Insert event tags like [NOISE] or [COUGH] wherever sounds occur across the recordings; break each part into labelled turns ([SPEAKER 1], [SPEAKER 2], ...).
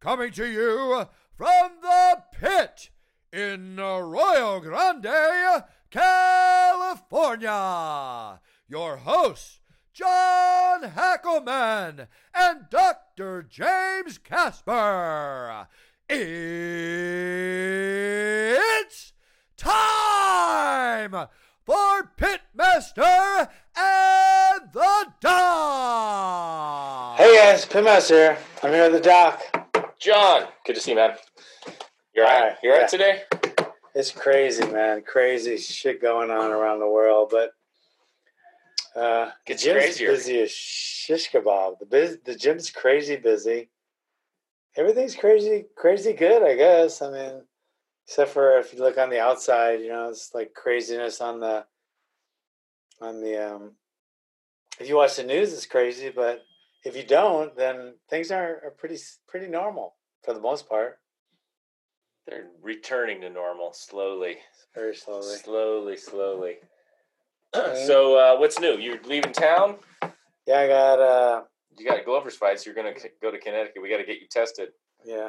[SPEAKER 1] coming to you from the pit in Royal Grande, California. Your hosts, John Hackelman and Dr. James Casper. It's time for Pitmaster and the Doc.
[SPEAKER 2] Hey guys, Pimas here. I'm here with the doc.
[SPEAKER 3] John, good to see you, man. You're all right.
[SPEAKER 2] Hi,
[SPEAKER 3] You're all
[SPEAKER 2] yeah.
[SPEAKER 3] right today.
[SPEAKER 2] It's crazy, man. Crazy shit going on around the world, but uh, the
[SPEAKER 3] Gets
[SPEAKER 2] gym's
[SPEAKER 3] crazier.
[SPEAKER 2] busy as shish kebab. The biz, the gym's crazy busy. Everything's crazy, crazy good, I guess. I mean, except for if you look on the outside, you know, it's like craziness on the on the. um If you watch the news, it's crazy, but if you don't, then things are, are pretty pretty normal for the most part.
[SPEAKER 3] They're returning to normal slowly,
[SPEAKER 2] Very slowly.
[SPEAKER 3] slowly, slowly.
[SPEAKER 2] Okay.
[SPEAKER 3] So, uh, what's new? You're leaving town.
[SPEAKER 2] Yeah, I got uh
[SPEAKER 3] You got a Glover's fight, so you're going to go to Connecticut. We got to get you tested.
[SPEAKER 2] yeah,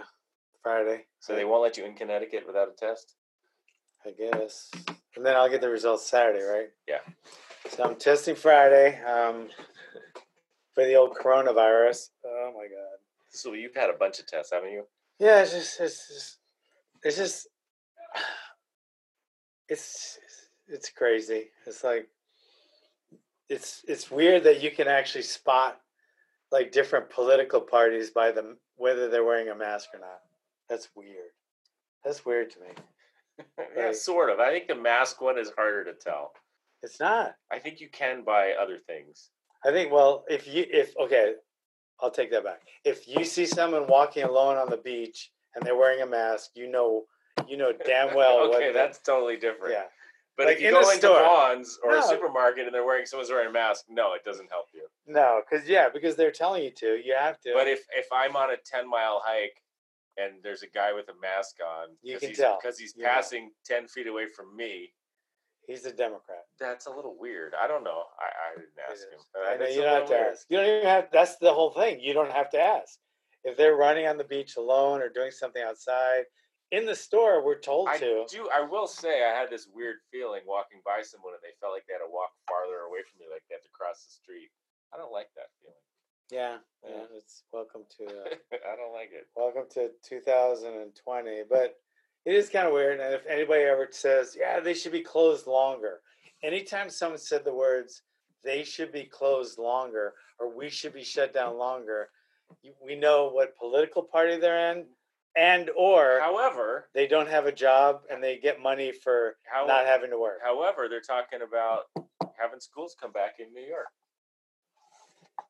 [SPEAKER 2] Friday.
[SPEAKER 3] So they won't let you in Connecticut without a test.
[SPEAKER 2] I guess. And then I'll get the results Saturday, right?
[SPEAKER 3] Yeah.
[SPEAKER 2] So I'm testing Friday, um for the old coronavirus. Oh my god.
[SPEAKER 3] So you've had a bunch of tests, haven't you?
[SPEAKER 2] Yeah, it's just it's just it's just [SIGHS] it's it's crazy. It's like it's it's weird that you can actually spot like different political parties by the whether they're wearing a mask or not. That's weird. That's weird to me.
[SPEAKER 3] yeah,
[SPEAKER 2] Right.
[SPEAKER 3] sort of. I think the mask one is harder to tell.
[SPEAKER 2] It's not.
[SPEAKER 3] I think you can buy other things.
[SPEAKER 2] I think. Well, if you if okay, I'll take that back. If you see someone walking alone on the beach and they're wearing a mask, you know, you know
[SPEAKER 3] [LAUGHS]
[SPEAKER 2] damn Uh, well.
[SPEAKER 3] okay,
[SPEAKER 2] what
[SPEAKER 3] that's totally different.
[SPEAKER 2] yeah.
[SPEAKER 3] But
[SPEAKER 2] Like
[SPEAKER 3] if you
[SPEAKER 2] in
[SPEAKER 3] go
[SPEAKER 2] a
[SPEAKER 3] into
[SPEAKER 2] store.
[SPEAKER 3] Bonds or a
[SPEAKER 2] No.
[SPEAKER 3] supermarket and they're wearing someone's wearing a mask, no, it doesn't help you.
[SPEAKER 2] No, because yeah, because they're telling you to. You have to.
[SPEAKER 3] But if if I'm on a ten mile hike and there's a guy with a mask on,
[SPEAKER 2] You
[SPEAKER 3] 'cause
[SPEAKER 2] can
[SPEAKER 3] he's,
[SPEAKER 2] tell.
[SPEAKER 3] because he's
[SPEAKER 2] You know.
[SPEAKER 3] passing ten feet away from me.
[SPEAKER 2] he's a Democrat,
[SPEAKER 3] That's a little weird. I don't know. I, I didn't
[SPEAKER 2] It
[SPEAKER 3] ask him.
[SPEAKER 2] is.
[SPEAKER 3] Uh,
[SPEAKER 2] I know
[SPEAKER 3] that's
[SPEAKER 2] you
[SPEAKER 3] a
[SPEAKER 2] don't have
[SPEAKER 3] little
[SPEAKER 2] to
[SPEAKER 3] weird.
[SPEAKER 2] ask. You don't even have. That's the whole thing. You don't have to ask. If they're running on the beach alone or doing something outside, in the store, we're told
[SPEAKER 3] I
[SPEAKER 2] to.
[SPEAKER 3] do. I will say, I had this weird feeling walking by someone, and they felt like they had to walk farther away from me, like they had to cross the street. I don't like that feeling. [LAUGHS]
[SPEAKER 2] Yeah,
[SPEAKER 3] Yeah.
[SPEAKER 2] yeah. It's welcome to. Uh,
[SPEAKER 3] I don't like it.
[SPEAKER 2] Welcome to 2020. But it is kind of weird. And if anybody ever says, yeah, they should be closed longer, anytime someone said the words, they should be closed longer or we should be shut down longer, you- we know what political party they're in and or
[SPEAKER 3] However,
[SPEAKER 2] they don't have a job and they get money for
[SPEAKER 3] how,
[SPEAKER 2] not having to work.
[SPEAKER 3] However, they're talking about having schools come back in New York.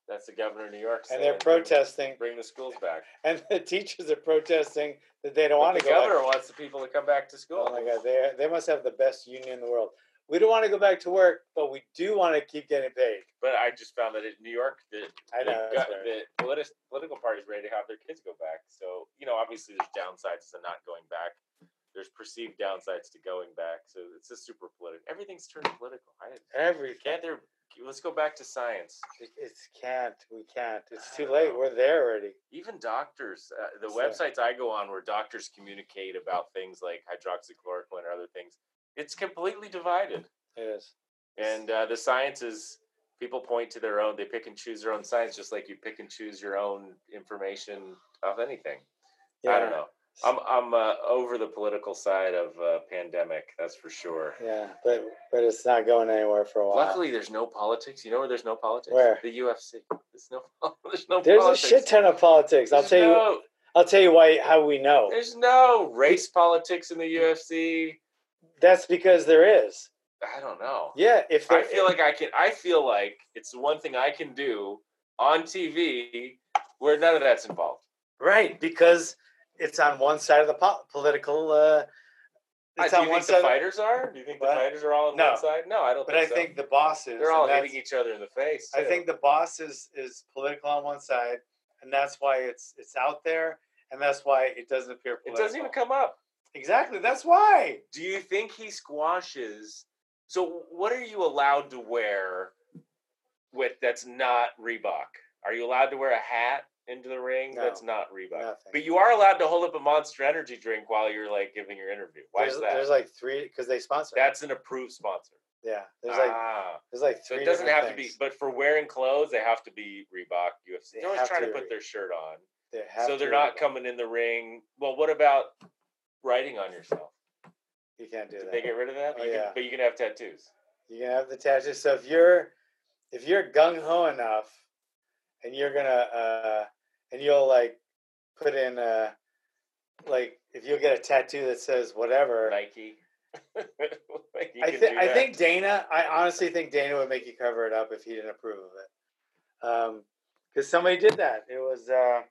[SPEAKER 3] That's the governor of New York.
[SPEAKER 2] And
[SPEAKER 3] saying,
[SPEAKER 2] they're protesting
[SPEAKER 3] Bring the schools back.
[SPEAKER 2] and [LAUGHS] the teachers are protesting that they don't
[SPEAKER 3] But
[SPEAKER 2] want
[SPEAKER 3] the
[SPEAKER 2] to go back
[SPEAKER 3] governor wants the people to come back to school.
[SPEAKER 2] Oh my God, they they must have the best union in the world. We don't want to go back to work, but we do want to keep getting paid.
[SPEAKER 3] But I just found that in New York, the,
[SPEAKER 2] I know. that's
[SPEAKER 3] the, go-
[SPEAKER 2] right.
[SPEAKER 3] the politi- political party's ready to have their kids go back. So, you know, obviously there's downsides to not going back. There's perceived downsides to going back. So it's just super political. Everything's turned political. I,
[SPEAKER 2] Everything.
[SPEAKER 3] can't there, let's go back to science.
[SPEAKER 2] It's can't. We can't. It's
[SPEAKER 3] I
[SPEAKER 2] too
[SPEAKER 3] don't
[SPEAKER 2] late.
[SPEAKER 3] know.
[SPEAKER 2] We're there already.
[SPEAKER 3] even doctors uh, the
[SPEAKER 2] So-
[SPEAKER 3] websites i go on where doctors communicate about things like hydroxychloroquine or other things it's completely divided
[SPEAKER 2] It is.
[SPEAKER 3] and uh, the sciences people point to their own they pick and choose their own science just like you pick and choose your own information of anything i don't know i'm i'm uh, over the political side of uh, pandemic that's for sure
[SPEAKER 2] Yeah, but but it's not going anywhere for a while.
[SPEAKER 3] Luckily, there's no politics. You know where there's no politics?
[SPEAKER 2] Where?
[SPEAKER 3] The UFC. There's no. [LAUGHS] There's no.
[SPEAKER 2] there's
[SPEAKER 3] politics.
[SPEAKER 2] a shit ton of politics. I'll
[SPEAKER 3] There's
[SPEAKER 2] tell you.
[SPEAKER 3] no-
[SPEAKER 2] I'll tell you why. How we know?
[SPEAKER 3] There's no race politics in the UFC.
[SPEAKER 2] That's because there is.
[SPEAKER 3] I don't know.
[SPEAKER 2] Yeah. If
[SPEAKER 3] I
[SPEAKER 2] there-
[SPEAKER 3] feel like I can. I feel like it's the one thing I can do on TV where none of that's involved.
[SPEAKER 2] right because it's on one side of the po- political. Uh,
[SPEAKER 3] Uh,
[SPEAKER 2] it's
[SPEAKER 3] do
[SPEAKER 2] on
[SPEAKER 3] you
[SPEAKER 2] one
[SPEAKER 3] think the
[SPEAKER 2] side. of-
[SPEAKER 3] fighters are? Do you think the
[SPEAKER 2] What?
[SPEAKER 3] fighters are all on
[SPEAKER 2] No.
[SPEAKER 3] one side? No, I don't.
[SPEAKER 2] But I
[SPEAKER 3] think so.
[SPEAKER 2] think the bosses.
[SPEAKER 3] they're
[SPEAKER 2] and
[SPEAKER 3] all
[SPEAKER 2] that's-
[SPEAKER 3] hitting each other in the face.
[SPEAKER 2] I
[SPEAKER 3] too.
[SPEAKER 2] think the boss is is political on one side, and that's why it's it's out there, and that's why it doesn't appear.
[SPEAKER 3] it
[SPEAKER 2] Political.
[SPEAKER 3] doesn't even come up.
[SPEAKER 2] Exactly. That's why.
[SPEAKER 3] Do you think he squashes? So, what are you allowed to wear with that's not Reebok? Are you allowed to wear a hat? into the ring
[SPEAKER 2] No,
[SPEAKER 3] that's not Reebok.
[SPEAKER 2] nothing.
[SPEAKER 3] But you are allowed to hold up a Monster Energy drink while you're like giving your interview. Why
[SPEAKER 2] there's,
[SPEAKER 3] is that?
[SPEAKER 2] There's like three because they sponsor. it.
[SPEAKER 3] that's an approved sponsor.
[SPEAKER 2] yeah. There's like
[SPEAKER 3] ah,
[SPEAKER 2] there's like
[SPEAKER 3] so
[SPEAKER 2] three.
[SPEAKER 3] it doesn't
[SPEAKER 2] different
[SPEAKER 3] have to be.
[SPEAKER 2] things.
[SPEAKER 3] But for wearing clothes, they have to be Reebok UFC.
[SPEAKER 2] They
[SPEAKER 3] They're always
[SPEAKER 2] have
[SPEAKER 3] trying to,
[SPEAKER 2] to be.
[SPEAKER 3] put their shirt on,
[SPEAKER 2] They have
[SPEAKER 3] so
[SPEAKER 2] to
[SPEAKER 3] they're
[SPEAKER 2] be
[SPEAKER 3] not
[SPEAKER 2] Reebok.
[SPEAKER 3] coming in the ring. Well, what about writing on yourself?
[SPEAKER 2] You can't do
[SPEAKER 3] Did
[SPEAKER 2] that.
[SPEAKER 3] they get rid of that?
[SPEAKER 2] Oh,
[SPEAKER 3] You can-
[SPEAKER 2] yeah.
[SPEAKER 3] but you can have tattoos.
[SPEAKER 2] You can have the tattoos. So if you're if you're gung ho enough, and you're gonna uh, and you'll like put in uh, like if you'll get a tattoo that says whatever.
[SPEAKER 3] Nike. [LAUGHS] Like, you
[SPEAKER 2] I,
[SPEAKER 3] can
[SPEAKER 2] thi-
[SPEAKER 3] do
[SPEAKER 2] I
[SPEAKER 3] that.
[SPEAKER 2] think Dana. I honestly think Dana would make you cover it up if he didn't approve of it, because somebody did that. It was uh,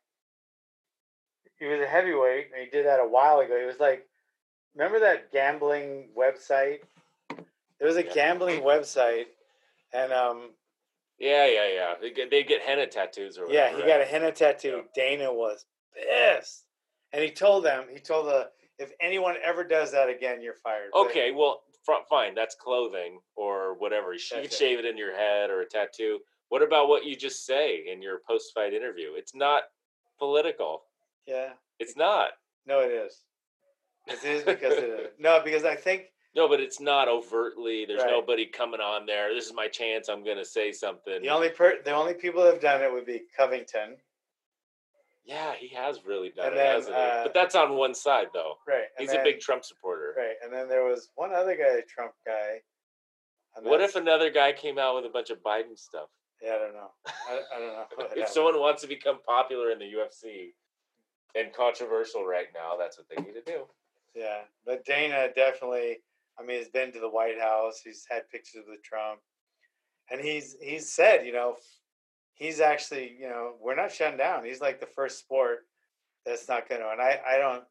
[SPEAKER 2] he was a heavyweight, and he did that a while ago. He was like, remember that gambling website? There was a
[SPEAKER 3] Yeah.
[SPEAKER 2] gambling website, and um,
[SPEAKER 3] Yeah, yeah, yeah. They get, they get henna tattoos or
[SPEAKER 2] yeah,
[SPEAKER 3] whatever.
[SPEAKER 2] he got a henna tattoo. Dana was pissed, and he told them, he told the, if anyone ever does that again, you're fired. But-
[SPEAKER 3] Okay, well, fr- fine. That's clothing or whatever. You sh- you
[SPEAKER 2] That's
[SPEAKER 3] can
[SPEAKER 2] it.
[SPEAKER 3] shave it in your head or a tattoo. What about what you just say in your post-fight interview? It's not political.
[SPEAKER 2] yeah.
[SPEAKER 3] It's not.
[SPEAKER 2] No, it is. It is because it is. No, because I think
[SPEAKER 3] No, but it's not overtly. There's
[SPEAKER 2] Right.
[SPEAKER 3] nobody coming on there. This is my chance. I'm going to say something.
[SPEAKER 2] the only per- the only people that have done it would be Covington,
[SPEAKER 3] yeah, he has really done
[SPEAKER 2] And
[SPEAKER 3] it,
[SPEAKER 2] then,
[SPEAKER 3] hasn't
[SPEAKER 2] uh,
[SPEAKER 3] he? But that's on one side, though.
[SPEAKER 2] right? and
[SPEAKER 3] He's
[SPEAKER 2] then-
[SPEAKER 3] a big Trump supporter.
[SPEAKER 2] right, and then there was one other guy, a Trump guy. and
[SPEAKER 3] What
[SPEAKER 2] that's-
[SPEAKER 3] if another guy came out with a bunch of Biden [LAUGHS] stuff?
[SPEAKER 2] yeah, I don't know. I, I don't know. [LAUGHS]
[SPEAKER 3] if someone wants to become popular in the UFC and controversial right now, that's what they need to do.
[SPEAKER 2] yeah, but Dana definitely. I mean, he's been to the White House. He's had pictures with Trump, and he's he's said, you know, he's actually, you know, we're not shutting down. He's like the first sport that's not going to. And I, I don't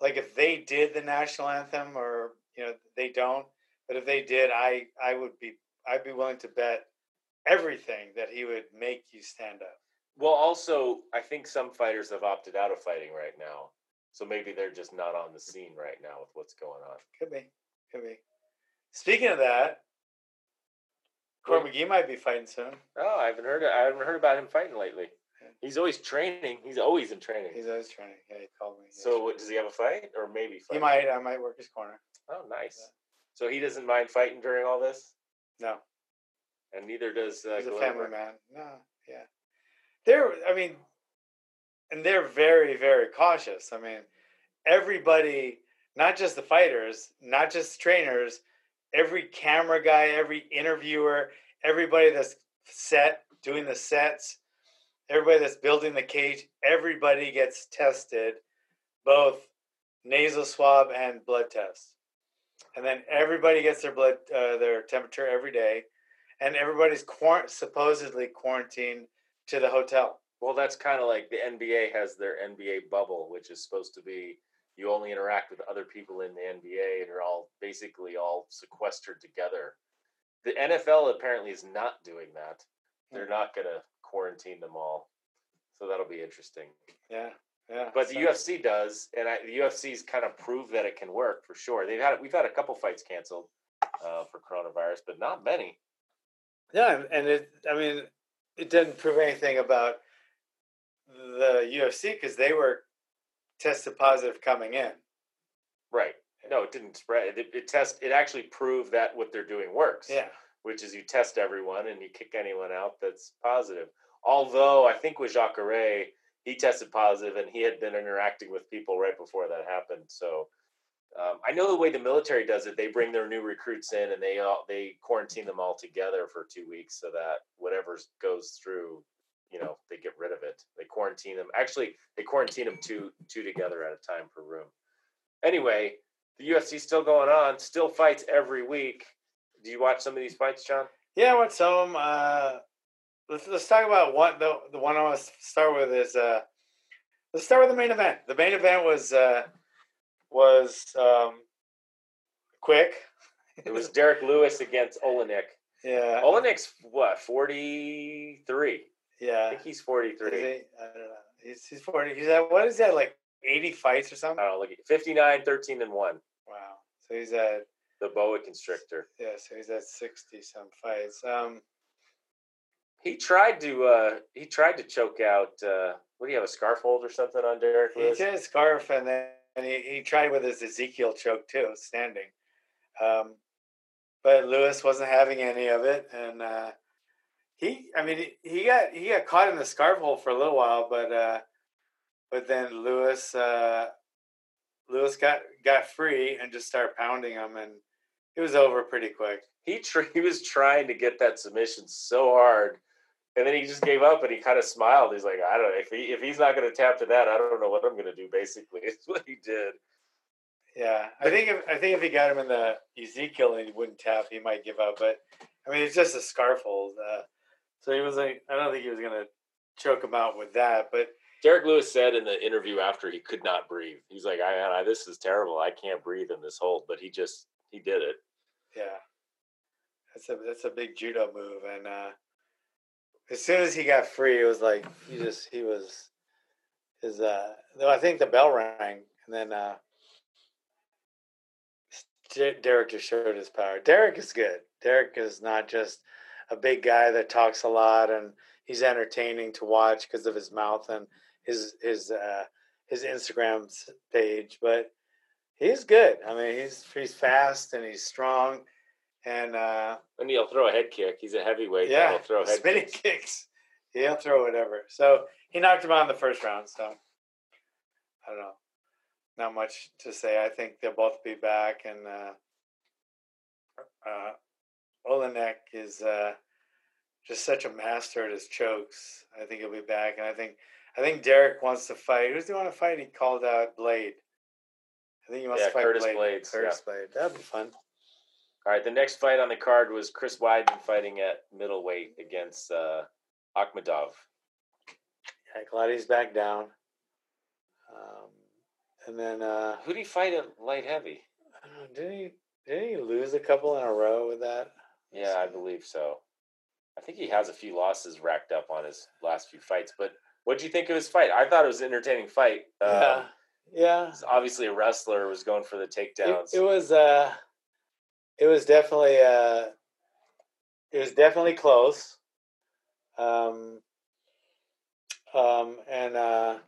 [SPEAKER 2] like if they did the national anthem, or you know, they don't. But if they did, I, I would be, I'd be willing to bet everything that he would make you stand up.
[SPEAKER 3] Well, also, I think some fighters have opted out of fighting right now. So maybe they're just not on the scene right now with what's going on.
[SPEAKER 2] Could be, could be. Speaking of that, Corey McGee might be fighting soon.
[SPEAKER 3] Oh, I haven't heard I haven't heard about him fighting lately. He's always training. He's always in training.
[SPEAKER 2] He's always training. Yeah, he called me.
[SPEAKER 3] so what, does he have a fight or maybe fight?
[SPEAKER 2] he might, I might work his corner.
[SPEAKER 3] Oh, nice. So he doesn't mind fighting during all this,
[SPEAKER 2] No,
[SPEAKER 3] and neither does uh,
[SPEAKER 2] He's a
[SPEAKER 3] Glover.
[SPEAKER 2] family man. No, yeah. They're, I mean, and they're very, very cautious. I mean, everybody, not just the fighters, not just trainers, every camera guy, every interviewer, everybody that's set, doing the sets, everybody that's building the cage, everybody gets tested, both nasal swab and blood tests. And then everybody gets their blood, uh, their temperature every day and everybody's quar- supposedly quarantined to the hotel.
[SPEAKER 3] Well, that's kind of like the NBA has their NBA bubble, which is supposed to be you only interact with other people in the NBA and are all basically all sequestered together. The NFL apparently is not doing that. They're
[SPEAKER 2] Hmm.
[SPEAKER 3] not going to quarantine them all. So that'll be interesting.
[SPEAKER 2] Yeah, yeah.
[SPEAKER 3] But the
[SPEAKER 2] so-
[SPEAKER 3] UFC does, and I, the UFC's kind of proved that it can work for sure. They've had we've had a couple fights canceled uh, for coronavirus, but not many.
[SPEAKER 2] yeah, and- and it. I mean, it doesn't prove anything about the UFC because they were tested positive coming in.
[SPEAKER 3] Right? No, it didn't spread. It, it test. It actually proved that what they're doing works.
[SPEAKER 2] Yeah,
[SPEAKER 3] which is you test everyone and you kick anyone out that's positive. Although I think with Jacare, he tested positive and he had been interacting with people right before that happened. So um, I know the way the military does it, they bring their new recruits in and they all they quarantine them all together for two weeks so that whatever goes through, you know, they get rid of it. They quarantine them. Actually, they quarantine them two two together at a time per room. Anyway, the UFC's still going on, still fights every week. Do you watch some of these fights, John?
[SPEAKER 2] yeah. What some of 'em, Uh, let's let's talk about one. The the one I want to start with is uh, let's start with the main event. The main event was uh, was um, quick.
[SPEAKER 3] It was Derek Lewis against Olenek.
[SPEAKER 2] Yeah,
[SPEAKER 3] Olenek's what, 43? I
[SPEAKER 2] yeah.
[SPEAKER 3] think he's
[SPEAKER 2] Is
[SPEAKER 3] 43.
[SPEAKER 2] he? I don't know. He's, he's 40. He's at, what is that, like 80 fights or
[SPEAKER 3] I
[SPEAKER 2] something?
[SPEAKER 3] don't know, look at 59, 13, and 1.
[SPEAKER 2] Wow. So he's at,
[SPEAKER 3] The boa constrictor.
[SPEAKER 2] yeah, so he's at 60 some fights. Um,
[SPEAKER 3] He tried to uh, he tried to choke out. Uh, what do you have a scarf hold or something on Derek
[SPEAKER 2] He
[SPEAKER 3] Lewis?
[SPEAKER 2] did a scarf, and then and he, he tried with his Ezekiel choke too, standing. Um, but Lewis wasn't having any of it, and uh, he, I mean, he- he got he got caught in the scarf hole for a little while, but uh, but then Lewis uh, Lewis got got free and just started pounding him, and it was over pretty quick.
[SPEAKER 3] He tr- he was trying to get that submission so hard, and then he just gave up and he kind of smiled. He's like, I don't know if he if he's not going to tap to that, I don't know what I'm going to do. Basically, [LAUGHS] is what he did.
[SPEAKER 2] Yeah, I think if I think if he got him in the Ezekiel and he wouldn't tap, he might give up. But I mean, it's just a scarf hold, uh, so he was like, I don't think he was gonna choke him out with that. But
[SPEAKER 3] Derek Lewis said in the interview after he could not breathe. He's like, I, I this is terrible. I can't breathe in this hold. But he just he did it.
[SPEAKER 2] yeah, that's a that's a big judo move, and uh, as soon as he got free, it was like he just he was his. Uh, no, I think the bell rang, and then uh, Der- Derek just showed his power. Derek is good. Derek is not just a big guy that talks a lot and he's entertaining to watch because of his mouth and his his uh, his Instagram s- page, but he's good. I mean, he's he's fast and he's strong, and uh,
[SPEAKER 3] And he'll throw a head kick. He's a heavyweight.
[SPEAKER 2] yeah,
[SPEAKER 3] He'll throw head
[SPEAKER 2] spinning
[SPEAKER 3] kicks.
[SPEAKER 2] kicks. He'll throw whatever. So he knocked him out in the first round. So I don't know. Not much to say. I think they'll both be back, and uh, uh, Olenek is uh, just such a master at his chokes. I think he'll be back, and I think I think Derek wants to fight. Who's he want to fight? He called out Blade. I think he wants
[SPEAKER 3] Yeah,
[SPEAKER 2] to fight
[SPEAKER 3] Curtis
[SPEAKER 2] Blade.
[SPEAKER 3] Blades,
[SPEAKER 2] Curtis Blade. That'd be fun.
[SPEAKER 3] All right. The next fight on the card was Chris Weidman fighting at middleweight against uh, Akhmadov.
[SPEAKER 2] Yeah, Gladys back down. Um, and then uh, [SIGHS]
[SPEAKER 3] Who did he fight at light heavy?
[SPEAKER 2] I don't know, did he did he lose a couple in a row with that?
[SPEAKER 3] Yeah, I believe so. I think he has a few losses racked up on his last few fights. But what do you think of his fight? I thought it was an entertaining fight.
[SPEAKER 2] yeah,
[SPEAKER 3] Uh,
[SPEAKER 2] Um, yeah.
[SPEAKER 3] Obviously, a wrestler was going for the
[SPEAKER 2] It,
[SPEAKER 3] takedowns.
[SPEAKER 2] it was uh, it was definitely uh, it was definitely close. Um, um, and uh,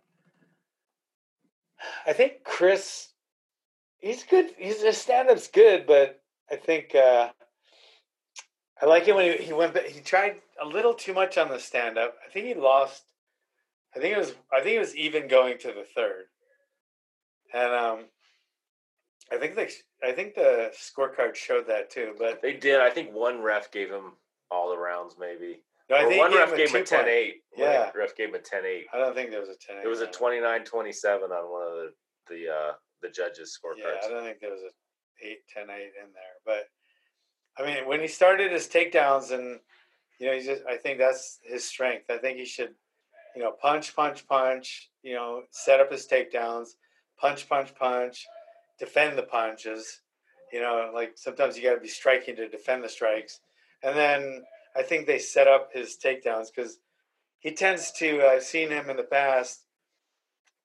[SPEAKER 2] I think Chris, he's good. He's his stand up's good, but I think uh, I like it when he, he went. ba- He tried a little too much on the stand up. I think he lost. I think it was. I think it was even going to the third, and um, I think they. I think the scorecard showed that too. But
[SPEAKER 3] They did. I think one ref gave him all the rounds, maybe.
[SPEAKER 2] no, I
[SPEAKER 3] Or
[SPEAKER 2] think
[SPEAKER 3] one
[SPEAKER 2] he
[SPEAKER 3] ref gave him a
[SPEAKER 2] two point.
[SPEAKER 3] 10 8.
[SPEAKER 2] Yeah.
[SPEAKER 3] Ref gave him a 10 8.
[SPEAKER 2] I don't think there was a ten.
[SPEAKER 3] It was a 29 27 on one of the, the, uh, the judges'
[SPEAKER 2] Yeah, I
[SPEAKER 3] scorecards.
[SPEAKER 2] don't think there was a eight, 10, 8 in there. But I mean, when he started his takedowns, and you know, he just I think that's his strength. I think he should, you know, punch, punch, punch. You know, set up his takedowns, punch, punch, punch, defend the punches. You know, like sometimes you got to be striking to defend the strikes, and then I think they set up his takedowns because he tends to. I've seen him in the past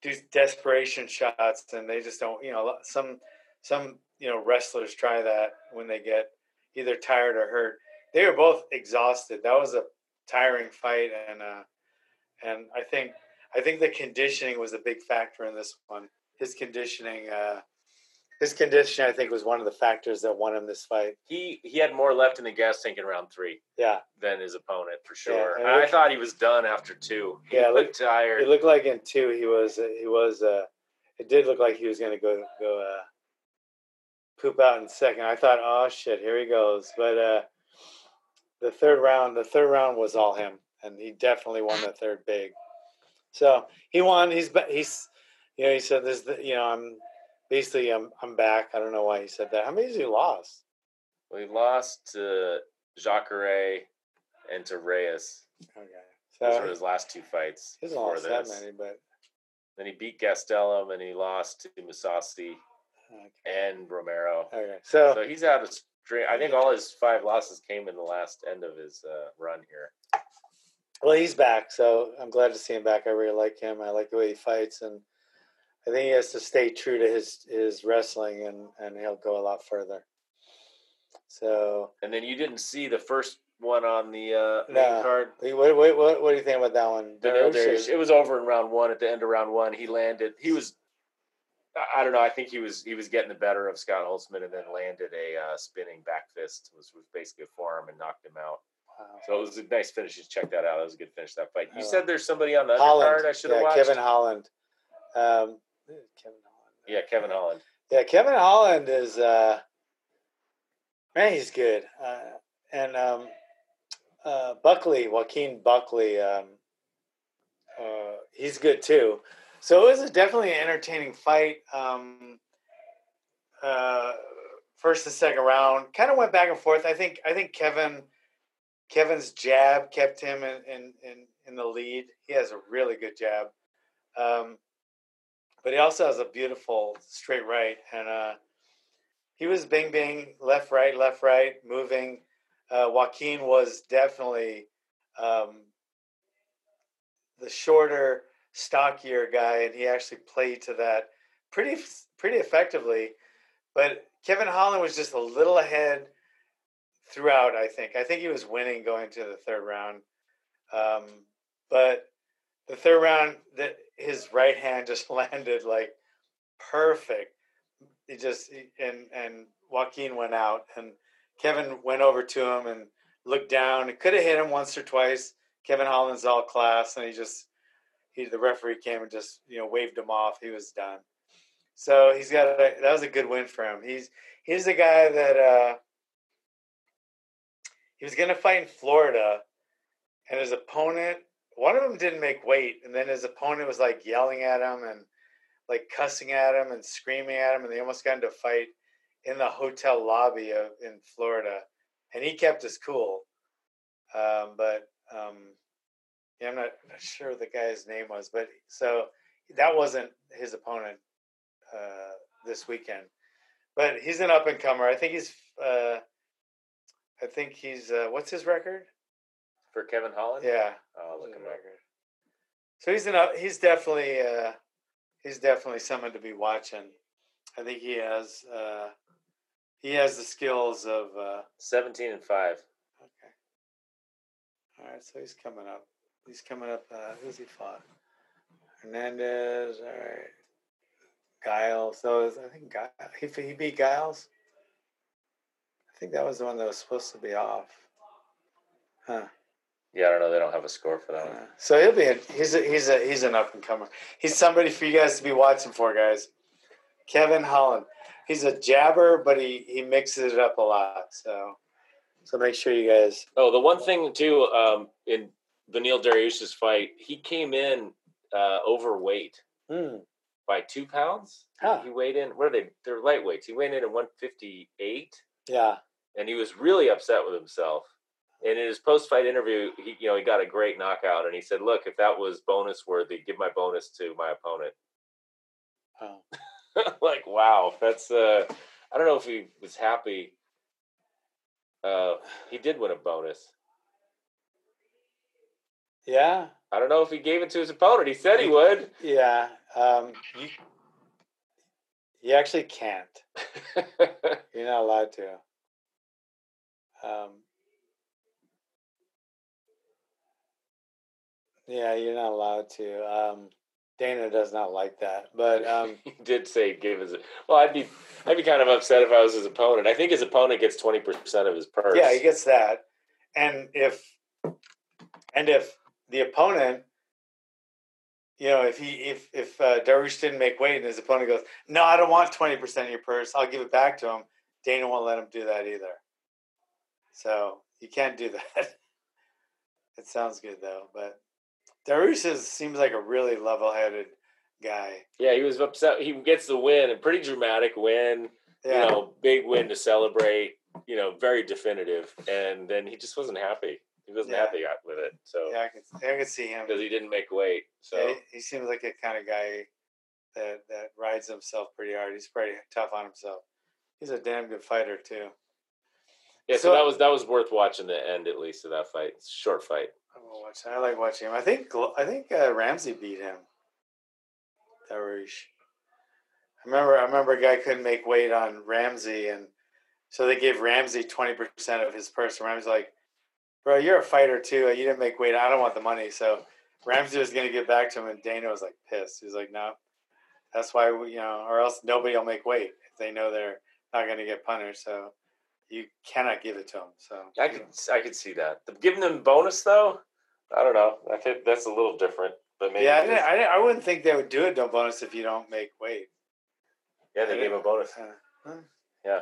[SPEAKER 2] do desperation shots and they just don't you know some some you know wrestlers try that when they get either tired or hurt they were both exhausted that was a tiring fight and uh and i think i think the conditioning was a big factor in this one his conditioning uh his conditioning i think was one of the factors that won him this fight
[SPEAKER 3] He, he had more left in the gas tank in round three
[SPEAKER 2] yeah
[SPEAKER 3] than his opponent, for sure.
[SPEAKER 2] and
[SPEAKER 3] And I
[SPEAKER 2] look-
[SPEAKER 3] thought he was done after two. He
[SPEAKER 2] Yeah,
[SPEAKER 3] looked
[SPEAKER 2] look-
[SPEAKER 3] tired.
[SPEAKER 2] It looked like in two he was he was uh it did look like he was gonna go go uh poop out in second. I thought, oh shit, here he goes. But uh the third round the third round was all him and he definitely won the third big. So he won, he's ba- he's you know, he said this the- you know, I'm basically I'm I'm back. I don't know why he said that. How many has he lost?
[SPEAKER 3] we lost to Jacare and to Reyes.
[SPEAKER 2] Okay.
[SPEAKER 3] Those were
[SPEAKER 2] So
[SPEAKER 3] his last two fights.
[SPEAKER 2] he hasn't
[SPEAKER 3] before
[SPEAKER 2] lost that
[SPEAKER 3] this.
[SPEAKER 2] many, but
[SPEAKER 3] Then he beat Gastelum and he lost to Musasi
[SPEAKER 2] okay.
[SPEAKER 3] and Romero.
[SPEAKER 2] okay. So,
[SPEAKER 3] So he's out of string. I think all his five losses came in the last end of his uh, run here.
[SPEAKER 2] Well, he's back, so I'm glad to see him back. I really like him. I like the way he fights, and I think he has to stay true to his his wrestling, and and he'll go a lot further. So
[SPEAKER 3] And then you didn't see the first one on the uh, main
[SPEAKER 2] No.
[SPEAKER 3] card?
[SPEAKER 2] What, what, what, what do you think about that one?
[SPEAKER 3] Danil Dariush.
[SPEAKER 2] Dariush?
[SPEAKER 3] It was over in round one. At the end of round one, he landed. He was, I- I don't know. I think he was he was getting the better of Scott Holtzman, and then landed a uh, spinning back fist, which was basically a forearm, and knocked him out.
[SPEAKER 2] Wow.
[SPEAKER 3] So it was a nice finish. Just check that out. That was a good finish that fight. You
[SPEAKER 2] Oh.
[SPEAKER 3] said there's somebody on the
[SPEAKER 2] Holland.
[SPEAKER 3] undercard I should have
[SPEAKER 2] yeah,
[SPEAKER 3] watched.
[SPEAKER 2] Kevin Holland. Um, Kevin Holland.
[SPEAKER 3] Yeah, Kevin Holland.
[SPEAKER 2] Yeah, Kevin Holland is uh, man, he's good. Uh, and um, uh, Buckley, Joaquin Buckley, um, uh, he's good too. So it was a definitely an entertaining fight. Um, uh, first and second round kind of went back and forth. I think I think Kevin Kevin's jab kept him in in in, in the lead. He has a really good jab. Um, but he also has a beautiful straight right and uh he was bing bing left right left right moving uh joaquin was definitely um the shorter stockier guy and he actually played to that pretty pretty effectively but kevin holland was just a little ahead throughout i think i think he was winning going to the third round um but the third round that his right hand just [LAUGHS] landed like perfect he just he- and and joaquin went out and kevin went over to him and looked down it could have hit him once or twice kevin holland's all class and he just he the referee came and just you know waved him off he was done so he's got a, that was a good win for him he's he's a guy that uh he was gonna fight in florida and his opponent one of them didn't make weight, and then his opponent was like yelling at him and like cussing at him and screaming at him, and they almost got into a fight in the hotel lobby of, in Florida, and he kept his cool. Um, but um, yeah, I'm not sure what the guy's name was, but so that wasn't his opponent uh, this weekend. But he's an up and comer. I think he's. Uh, I think he's. Uh, what's his record?
[SPEAKER 3] For Kevin Holland?
[SPEAKER 2] Yeah.
[SPEAKER 3] Oh, look him up.
[SPEAKER 2] So he's an up- he's definitely uh, he's definitely someone to be watching. I think he has uh, he has the skills of. Uh,
[SPEAKER 3] 17 and 5.
[SPEAKER 2] okay. All right, so he's coming up. He's coming up. Uh, who's he fought? Hernandez. All right. Giles. So is- I think Giles, he he beat Giles. I think that was the one that was supposed to be off. Huh.
[SPEAKER 3] Yeah, I don't know. They don't have a score for that one.
[SPEAKER 2] Uh, so he'll be a, he's a, he's a he's an up and comer. He's somebody for you guys to be watching for, guys. Kevin Holland. He's a jabber, but he he mixes it up a lot. So so make sure you guys.
[SPEAKER 3] Oh, the one thing too um, in Benil Dariush's fight, he came in uh, overweight
[SPEAKER 2] Hmm.
[SPEAKER 3] by two pounds.
[SPEAKER 2] Huh.
[SPEAKER 3] He weighed in. What are they? They're lightweights. He weighed in at 158,
[SPEAKER 2] Yeah.
[SPEAKER 3] and he was really upset with himself. And in his post-fight interview, he you know he got a great knockout, and he said, "Look, if that was bonus worthy, give my bonus to my opponent." [LAUGHS]
[SPEAKER 2] Oh.
[SPEAKER 3] like, wow, that's uh, I don't know if he was happy. Uh, he did win a bonus.
[SPEAKER 2] Yeah.
[SPEAKER 3] I don't know if he gave it to his opponent. He said he would. [LAUGHS]
[SPEAKER 2] Yeah. Um, you you actually can't. You're not allowed to. Um, yeah, you're not allowed to. Um, Dana does not like that, but um,
[SPEAKER 3] he did say he gave his. Well, I'd be I'd be kind of upset if I was his opponent. I think his opponent gets twenty percent of his purse.
[SPEAKER 2] yeah, he gets that. And if and if the opponent, you know, if he if if uh, Darush didn't make weight and his opponent goes, no, I don't want twenty percent of your purse. I'll give it back to him. Dana won't let him do that either. So you can't do [LAUGHS] that. it sounds good though, but Darush is, seems like a really level-headed guy.
[SPEAKER 3] yeah, he was upset. He gets the win, a pretty dramatic win.
[SPEAKER 2] Yeah,
[SPEAKER 3] You know, big win to celebrate. You know, very definitive. And then he just wasn't happy. He wasn't
[SPEAKER 2] Yeah.
[SPEAKER 3] happy with it. So
[SPEAKER 2] yeah, I could I could see him.
[SPEAKER 3] because he didn't make weight. So
[SPEAKER 2] Yeah, he- he seems like the kind of guy that that rides himself pretty hard. He's pretty tough on himself. He's a damn good fighter too.
[SPEAKER 3] yeah, so,
[SPEAKER 2] So-
[SPEAKER 3] that was that was worth watching the end at least of that fight. It's a Short fight.
[SPEAKER 2] I'm gonna watch. I like watching him. I think Glo- I think uh, Ramsey beat him. Darush. I remember I remember a guy couldn't make weight on Ramsey, and so they gave Ramsey twenty percent of his purse. And Ramsey's like, bro, you're a fighter too. You didn't make weight. I don't want the money. So Ramsey was going to get back to him, and Dana was like pissed. He's like, no, that's why we, you know, or else nobody will make weight if they know they're not going to get punished. So you cannot give it to them. So
[SPEAKER 3] I could I could see that. The, giving them bonus though, I don't know. I think that's a little different. But maybe
[SPEAKER 2] yeah, I,
[SPEAKER 3] it
[SPEAKER 2] didn't,
[SPEAKER 3] is.
[SPEAKER 2] I, didn't, I wouldn't think they would do it no bonus if you don't make weight.
[SPEAKER 3] yeah, they gave him a bonus.
[SPEAKER 2] Uh, huh?
[SPEAKER 3] Yeah.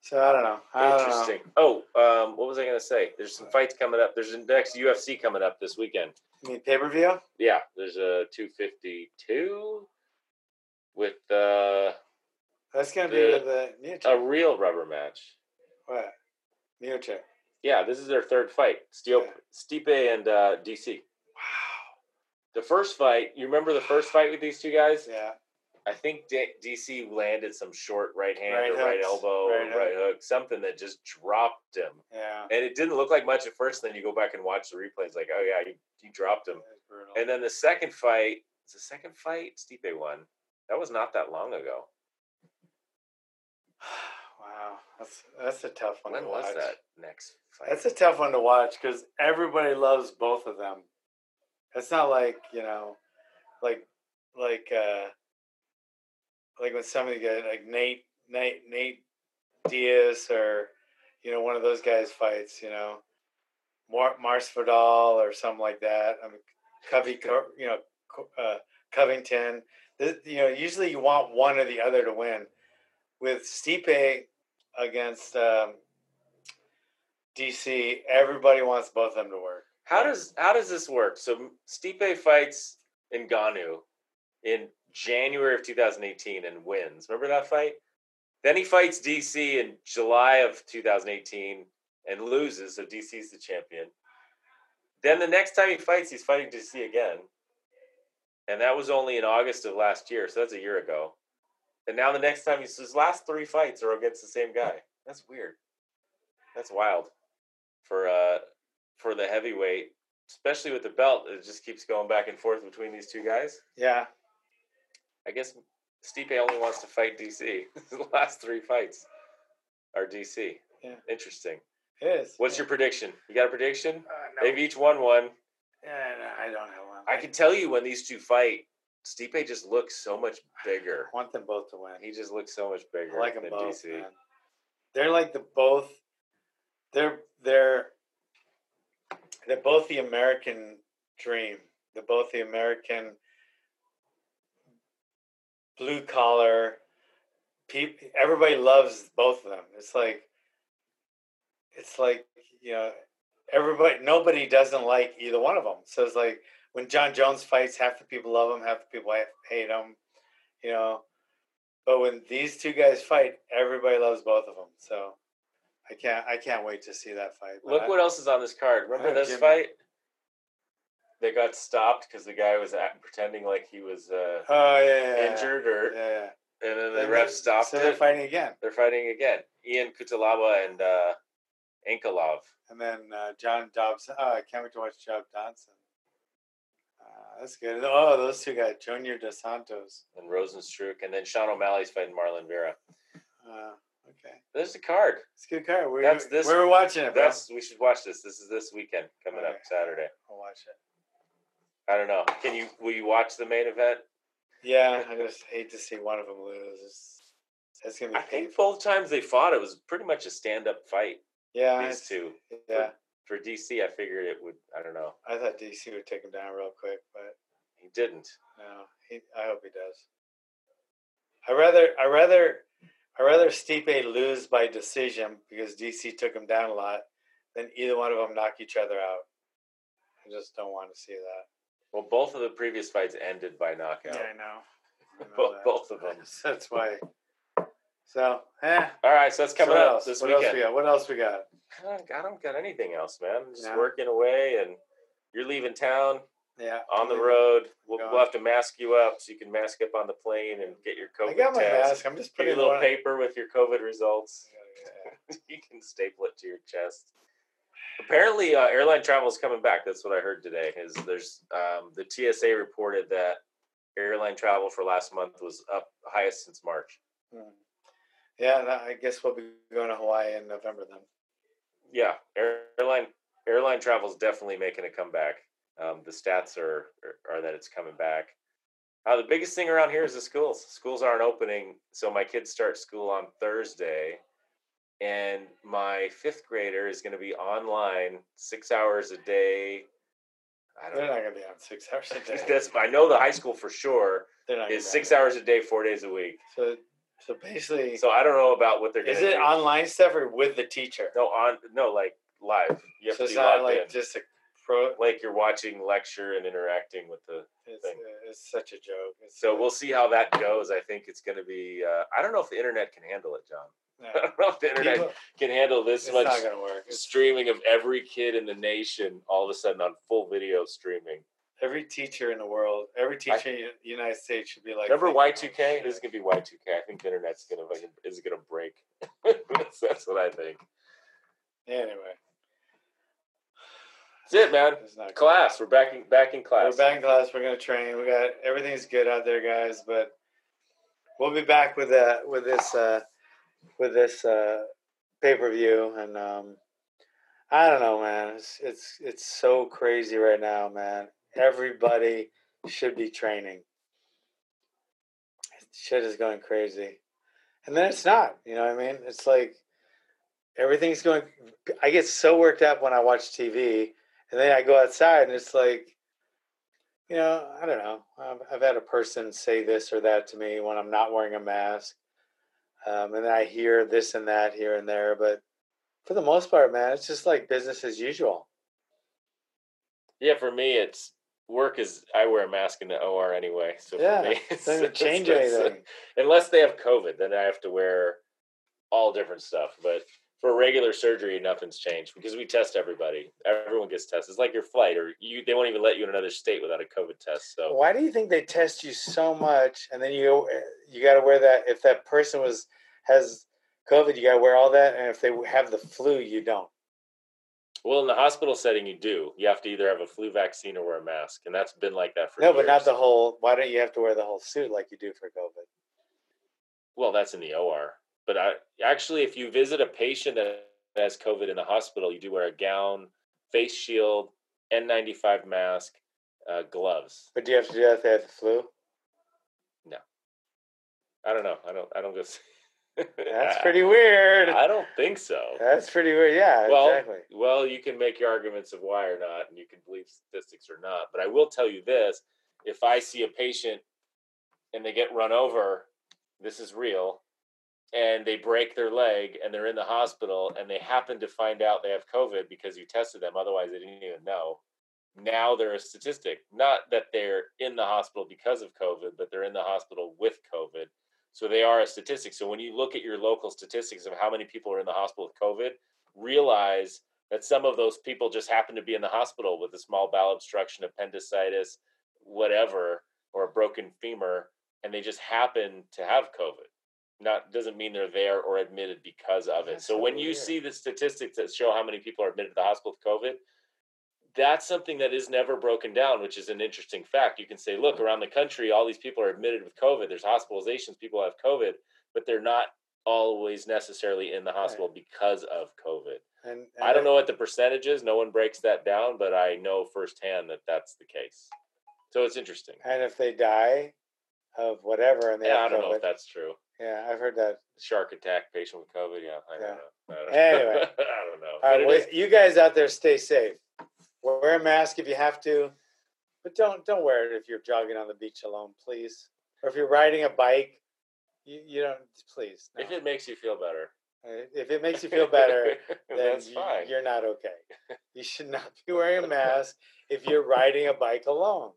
[SPEAKER 2] So I don't know. I don't know.
[SPEAKER 3] Interesting. Oh, um, what was I going to say? There's some fights coming up. There's a next UFC coming up this weekend.
[SPEAKER 2] You mean pay per view?
[SPEAKER 3] Yeah, there's a 252 with uh,
[SPEAKER 2] That's gonna be
[SPEAKER 3] Yeah. Uh,
[SPEAKER 2] the Neo
[SPEAKER 3] a
[SPEAKER 2] Chip.
[SPEAKER 3] real rubber match.
[SPEAKER 2] What? Neo Chip.
[SPEAKER 3] Yeah, this is their third fight. Steel,
[SPEAKER 2] Yeah.
[SPEAKER 3] Stipe and uh, DC.
[SPEAKER 2] Wow.
[SPEAKER 3] The first fight, you remember the first fight with these two guys?
[SPEAKER 2] Yeah.
[SPEAKER 3] I think D- DC landed some short right hand
[SPEAKER 2] Right
[SPEAKER 3] or right
[SPEAKER 2] hooks,
[SPEAKER 3] elbow,
[SPEAKER 2] right
[SPEAKER 3] right,
[SPEAKER 2] hook.
[SPEAKER 3] hook, something that just dropped him.
[SPEAKER 2] Yeah.
[SPEAKER 3] And it didn't look like much at first. Then you go back and watch the replays, like, oh yeah, he, he dropped him.
[SPEAKER 2] That's brutal. [SIGHS]
[SPEAKER 3] And then the second fight, the second fight, Stipe won. That was not that long ago.
[SPEAKER 2] wow. That's that's a tough one.
[SPEAKER 3] When
[SPEAKER 2] to
[SPEAKER 3] was
[SPEAKER 2] watch.
[SPEAKER 3] that next fight?
[SPEAKER 2] That's a tough one to watch because everybody loves both of them. It's not like you know, like like uh like when somebody get like Nate Nate Nate Diaz or you know one of those guys fights you know Mar- Mars Vidal or something like that. I mean Covey Co- you know Co- uh, Covington. Th you know usually you want one or the other to win. With Stipe against um, DC, everybody wants both of them to work.
[SPEAKER 3] how does how does this work? So Stipe fights Ngannou in January of 2018 and wins. Remember that fight? Then he fights DC in July of 2018 and loses, so DC's the champion. Then the next time he fights, he's fighting DC again. And that was only in August of last year, so that's a year ago. And now the next time he's his last three fights are against the same guy. That's weird. That's wild. For uh for the heavyweight, especially with the belt, it just keeps going back and forth between these two guys.
[SPEAKER 2] Yeah,
[SPEAKER 3] I guess Stipe only wants to fight [LAUGHS] DC. the last three fights are DC.
[SPEAKER 2] Yeah.
[SPEAKER 3] Interesting.
[SPEAKER 2] it is.
[SPEAKER 3] What's your prediction? You got a prediction?
[SPEAKER 2] Uh, no.
[SPEAKER 3] They've each won one.
[SPEAKER 2] Yeah, no, I don't have one.
[SPEAKER 3] I can tell you when these two fight, Stipe just looks so much bigger.
[SPEAKER 2] I want them both to win.
[SPEAKER 3] He just looks so much bigger
[SPEAKER 2] I like them
[SPEAKER 3] than
[SPEAKER 2] both.
[SPEAKER 3] DC.
[SPEAKER 2] man. They're like the both. They're they're they're both the American dream. They're both the American blue collar. People, everybody loves both of them. It's like it's like you know everybody. Nobody doesn't like either one of them. So it's like when John Jones fights, half the people love him, half the people hate him. You know. But when these two guys fight, everybody loves both of them. So I can't I can't wait to see that fight. But
[SPEAKER 3] Look
[SPEAKER 2] I-
[SPEAKER 3] what else is on this card. Remember
[SPEAKER 2] Alright,
[SPEAKER 3] this
[SPEAKER 2] Jimmy.
[SPEAKER 3] fight? They got stopped because the guy was act- pretending like he was uh,
[SPEAKER 2] oh yeah, yeah, yeah.
[SPEAKER 3] injured, or
[SPEAKER 2] Yeah, yeah.
[SPEAKER 3] and then the
[SPEAKER 2] Then
[SPEAKER 3] ref
[SPEAKER 2] they-
[SPEAKER 3] stopped
[SPEAKER 2] So they're
[SPEAKER 3] it.
[SPEAKER 2] fighting again,
[SPEAKER 3] They're fighting again. Ian Kutalaba and uh, Ankalov.
[SPEAKER 2] and then uh, John Dobson. Oh, I can't wait to watch John Dobson. Uh, that's good. Oh, those two guys, Junior Dos Santos.
[SPEAKER 3] and Rosenstruck, and then Sean O'Malley's fighting Marlon Vera.
[SPEAKER 2] Uh, okay,
[SPEAKER 3] There's the card.
[SPEAKER 2] it's a good card. We're,
[SPEAKER 3] That's this-
[SPEAKER 2] we're watching it. bro.
[SPEAKER 3] That's we should watch this. This is this weekend coming up
[SPEAKER 2] Alright.
[SPEAKER 3] Saturday.
[SPEAKER 2] I'll watch it.
[SPEAKER 3] I don't know. Can you will you watch the main event?
[SPEAKER 2] Yeah, I just hate to see one of them lose. It's, it's gonna be
[SPEAKER 3] I
[SPEAKER 2] painful.
[SPEAKER 3] think both times they fought, it was pretty much a stand up fight.
[SPEAKER 2] yeah,
[SPEAKER 3] These
[SPEAKER 2] it's-
[SPEAKER 3] two
[SPEAKER 2] Yeah,
[SPEAKER 3] for DC, I figured it would. I don't know.
[SPEAKER 2] I thought DC would take him down real quick, but
[SPEAKER 3] He didn't.
[SPEAKER 2] no, he, I hope he does. I rather, I rather, I rather Stipe lose by decision because DC took him down a lot than either one of them knock each other out. I just don't want to see that.
[SPEAKER 3] Well, both of the previous fights ended by knockout.
[SPEAKER 2] I know. I know
[SPEAKER 3] Bo-
[SPEAKER 2] that.
[SPEAKER 3] both of them.
[SPEAKER 2] [LAUGHS] That's why. So, eh.
[SPEAKER 3] All right, so that's coming
[SPEAKER 2] so what
[SPEAKER 3] up
[SPEAKER 2] else?
[SPEAKER 3] this
[SPEAKER 2] what
[SPEAKER 3] weekend.
[SPEAKER 2] else we got? What else we got?
[SPEAKER 3] I don't, I don't got anything else, man. I'm just
[SPEAKER 2] No.
[SPEAKER 3] working away, and you're leaving town
[SPEAKER 2] Yeah.
[SPEAKER 3] on the road. We'll,
[SPEAKER 2] Gone.
[SPEAKER 3] we'll have to mask you up so you can mask up on the plane and get your COVID
[SPEAKER 2] I got my
[SPEAKER 3] test.
[SPEAKER 2] mask. I'm just
[SPEAKER 3] Take a
[SPEAKER 2] putting
[SPEAKER 3] little
[SPEAKER 2] one-
[SPEAKER 3] paper with your COVID results. [LAUGHS] you can staple it to your chest. Apparently, uh, airline travel is coming back. That's what I heard today. Is there's um, the TSA reported that airline travel for last month was up highest since March.
[SPEAKER 2] Mm. Yeah, and I guess we'll be going to Hawaii in November then.
[SPEAKER 3] Yeah, air- airline airline travel is definitely making a comeback. Um, the stats are, are that it's coming back. Uh, the biggest thing around here is the schools. Schools aren't opening, so my kids start school on Thursday, and my fifth grader is going to be online six hours a day. I don't
[SPEAKER 2] They're not
[SPEAKER 3] know.
[SPEAKER 2] gonna be on six hours a day.
[SPEAKER 3] That's I know the high school for sure
[SPEAKER 2] They're not. gonna
[SPEAKER 3] is
[SPEAKER 2] be
[SPEAKER 3] six
[SPEAKER 2] on-
[SPEAKER 3] hours a day, four days a week.
[SPEAKER 2] So, so basically,
[SPEAKER 3] So I don't know about what they're going
[SPEAKER 2] is
[SPEAKER 3] to
[SPEAKER 2] it
[SPEAKER 3] do.
[SPEAKER 2] online stuff or with the teacher?
[SPEAKER 3] No, on no, like live. You
[SPEAKER 2] so
[SPEAKER 3] have to
[SPEAKER 2] it's
[SPEAKER 3] be
[SPEAKER 2] not
[SPEAKER 3] logged
[SPEAKER 2] like
[SPEAKER 3] in.
[SPEAKER 2] just a pro.
[SPEAKER 3] like you're watching lecture and interacting with the.
[SPEAKER 2] It's,
[SPEAKER 3] thing.
[SPEAKER 2] uh, it's such a joke. It's,
[SPEAKER 3] So we'll see how that goes. I think it's going to be. Uh, I don't know if the internet can handle it, John. [LAUGHS]
[SPEAKER 2] yeah.
[SPEAKER 3] I don't know if the internet
[SPEAKER 2] People-
[SPEAKER 3] can handle this
[SPEAKER 2] it's
[SPEAKER 3] much
[SPEAKER 2] not gonna work. It's-
[SPEAKER 3] streaming of every kid in the nation all of a sudden on full video streaming.
[SPEAKER 2] every teacher in the world, every teacher in the United States should be like.
[SPEAKER 3] Remember
[SPEAKER 2] thinking,
[SPEAKER 3] Y two
[SPEAKER 2] "Oh,
[SPEAKER 3] K?
[SPEAKER 2] shit."
[SPEAKER 3] This is gonna be Y two K. I think the internet's gonna fucking- is gonna break. [LAUGHS] that's, that's what I think.
[SPEAKER 2] Anyway,
[SPEAKER 3] That's it, man.
[SPEAKER 2] it's not good.
[SPEAKER 3] Class. We're back in back in class.
[SPEAKER 2] We're back in class. We're gonna train. We got everything's good out there, guys. But we'll be back with uh with this uh with this uh pay per view, and um I don't know, man. It's it's it's so crazy right now, man. Everybody should be training. Shit is going crazy, and then it's not. You know what I mean? It's like everything's going. I get so worked up when I watch TV, and then I go outside, and it's like you know, I don't know. I've, I've had a person say this or that to me when I'm not wearing a mask. Um, and then I hear this and that here and there. But for the most part, man, it's just like business as
[SPEAKER 3] [LAUGHS]
[SPEAKER 2] usual.
[SPEAKER 3] Yeah, for me, it's work is I wear a mask in the OR anyway. So for
[SPEAKER 2] yeah.
[SPEAKER 3] me, [LAUGHS]
[SPEAKER 2] It's not going to
[SPEAKER 3] it's-
[SPEAKER 2] change
[SPEAKER 3] it's-
[SPEAKER 2] anything.
[SPEAKER 3] [LAUGHS] unless they have COVID, then I have to wear all different stuff. But for regular surgery, nothing's changed because we test everybody. Everyone gets tested. It's like your flight, or you they won't even let you in another state without a COVID test. So
[SPEAKER 2] Why do you think they test you so much? And then you eh, you got to wear that. If that person was has COVID, you got to wear all that. And if they have the flu, you don't.
[SPEAKER 3] well, in the hospital setting, you do. You have to either have a flu vaccine or wear a mask, and that's been like that for
[SPEAKER 2] no, but not
[SPEAKER 3] years.
[SPEAKER 2] the whole. Why don't you have to wear the whole suit like you do for COVID?
[SPEAKER 3] Well, that's in the OR. But I actually, if you visit a patient that has COVID in the hospital, you do wear a gown, face shield, N95 mask, uh, gloves.
[SPEAKER 2] But do you have to do that if they have the flu?
[SPEAKER 3] I don't know. I don't. I don't go. [LAUGHS]
[SPEAKER 2] That's pretty weird.
[SPEAKER 3] I don't think so.
[SPEAKER 2] That's pretty weird. Yeah,
[SPEAKER 3] Well,
[SPEAKER 2] exactly.
[SPEAKER 3] Well, you can make your arguments of why or not, and you can believe statistics or not. But I will tell you this: if I see a patient and they get run over, this is real, and they break their leg and they're in the hospital, and they happen to find out they have COVID because you tested them. Otherwise, they didn't even know. Now they're a statistic. Not that they're in the hospital because of COVID, but they're in the hospital with COVID. So they are a statistic. So when you look at your local statistics of how many people are in the hospital with COVID, realize that some of those people just happen to be in the hospital with a small bowel obstruction, appendicitis, whatever, or a broken femur, and they just happen to have COVID. Not doesn't mean they're there or admitted because of it.
[SPEAKER 2] That's
[SPEAKER 3] So
[SPEAKER 2] so
[SPEAKER 3] when you
[SPEAKER 2] weird.
[SPEAKER 3] see the statistics that show how many people are admitted to the hospital with COVID, that's something that is never broken down, which is an interesting fact. You can say, look,
[SPEAKER 2] Mm-hmm.
[SPEAKER 3] around the country, all these people are admitted with COVID. There's hospitalizations, people have COVID, but they're not always necessarily in the hospital because of COVID.
[SPEAKER 2] And, and
[SPEAKER 3] I don't know what the percentage is. No one breaks that down, but I know firsthand that that's the case. So it's interesting.
[SPEAKER 2] And if they die of whatever, and they
[SPEAKER 3] Yeah, I
[SPEAKER 2] have
[SPEAKER 3] don't know
[SPEAKER 2] COVID,
[SPEAKER 3] if that's true.
[SPEAKER 2] yeah, I've heard that.
[SPEAKER 3] Shark attack patient with COVID. Yeah, I
[SPEAKER 2] Yeah.
[SPEAKER 3] don't know. I don't
[SPEAKER 2] Anyway.
[SPEAKER 3] [LAUGHS] I don't know.
[SPEAKER 2] All right,
[SPEAKER 3] But it
[SPEAKER 2] well,
[SPEAKER 3] is-
[SPEAKER 2] you guys out there, stay safe. Wear a mask if you have to, but don't don't wear it if you're jogging on the beach alone, please. Or if you're riding a bike, you, you don't. Please, no.
[SPEAKER 3] if it makes you feel better,
[SPEAKER 2] Uh, if it [LAUGHS] makes you
[SPEAKER 3] [LAUGHS]
[SPEAKER 2] feel better, then
[SPEAKER 3] that's
[SPEAKER 2] you,
[SPEAKER 3] fine.
[SPEAKER 2] you're not okay.
[SPEAKER 3] [LAUGHS]
[SPEAKER 2] You should not be wearing a mask if you're riding a bike alone.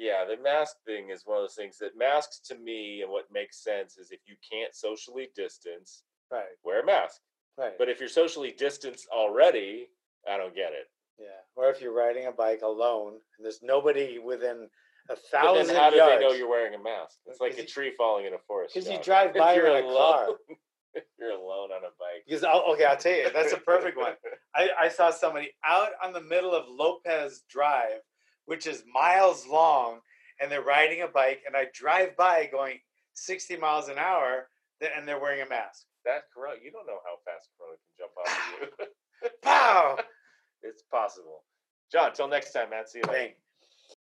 [SPEAKER 3] yeah, the mask thing is one of those things that masks to me and what makes sense is if you can't socially distance,
[SPEAKER 2] Right,
[SPEAKER 3] wear a mask.
[SPEAKER 2] right.
[SPEAKER 3] But if you're socially distanced already, I don't get it.
[SPEAKER 2] Yeah, or if you're riding a bike alone and there's nobody within a
[SPEAKER 3] But then
[SPEAKER 2] thousand
[SPEAKER 3] how do
[SPEAKER 2] yards. [LAUGHS]
[SPEAKER 3] they know you're wearing a mask? It's like
[SPEAKER 2] Because you-
[SPEAKER 3] a tree falling in a forest.
[SPEAKER 2] because you
[SPEAKER 3] John.
[SPEAKER 2] drive
[SPEAKER 3] If
[SPEAKER 2] by
[SPEAKER 3] you're
[SPEAKER 2] in a
[SPEAKER 3] alone-
[SPEAKER 2] car.
[SPEAKER 3] if you're alone on a bike.
[SPEAKER 2] Because I'll, okay, I'll tell you, that's a perfect
[SPEAKER 3] [LAUGHS]
[SPEAKER 2] one. I, I saw somebody out on the middle of Lopez Drive, which is miles long, and they're riding a bike, and I drive by going 60 miles an hour, th- and they're wearing a mask.
[SPEAKER 3] [LAUGHS] That corona, you don't know how fast corona can jump off of you.
[SPEAKER 2] Pow!
[SPEAKER 3] it's possible. John, till next time, man. See you later.
[SPEAKER 2] Thank,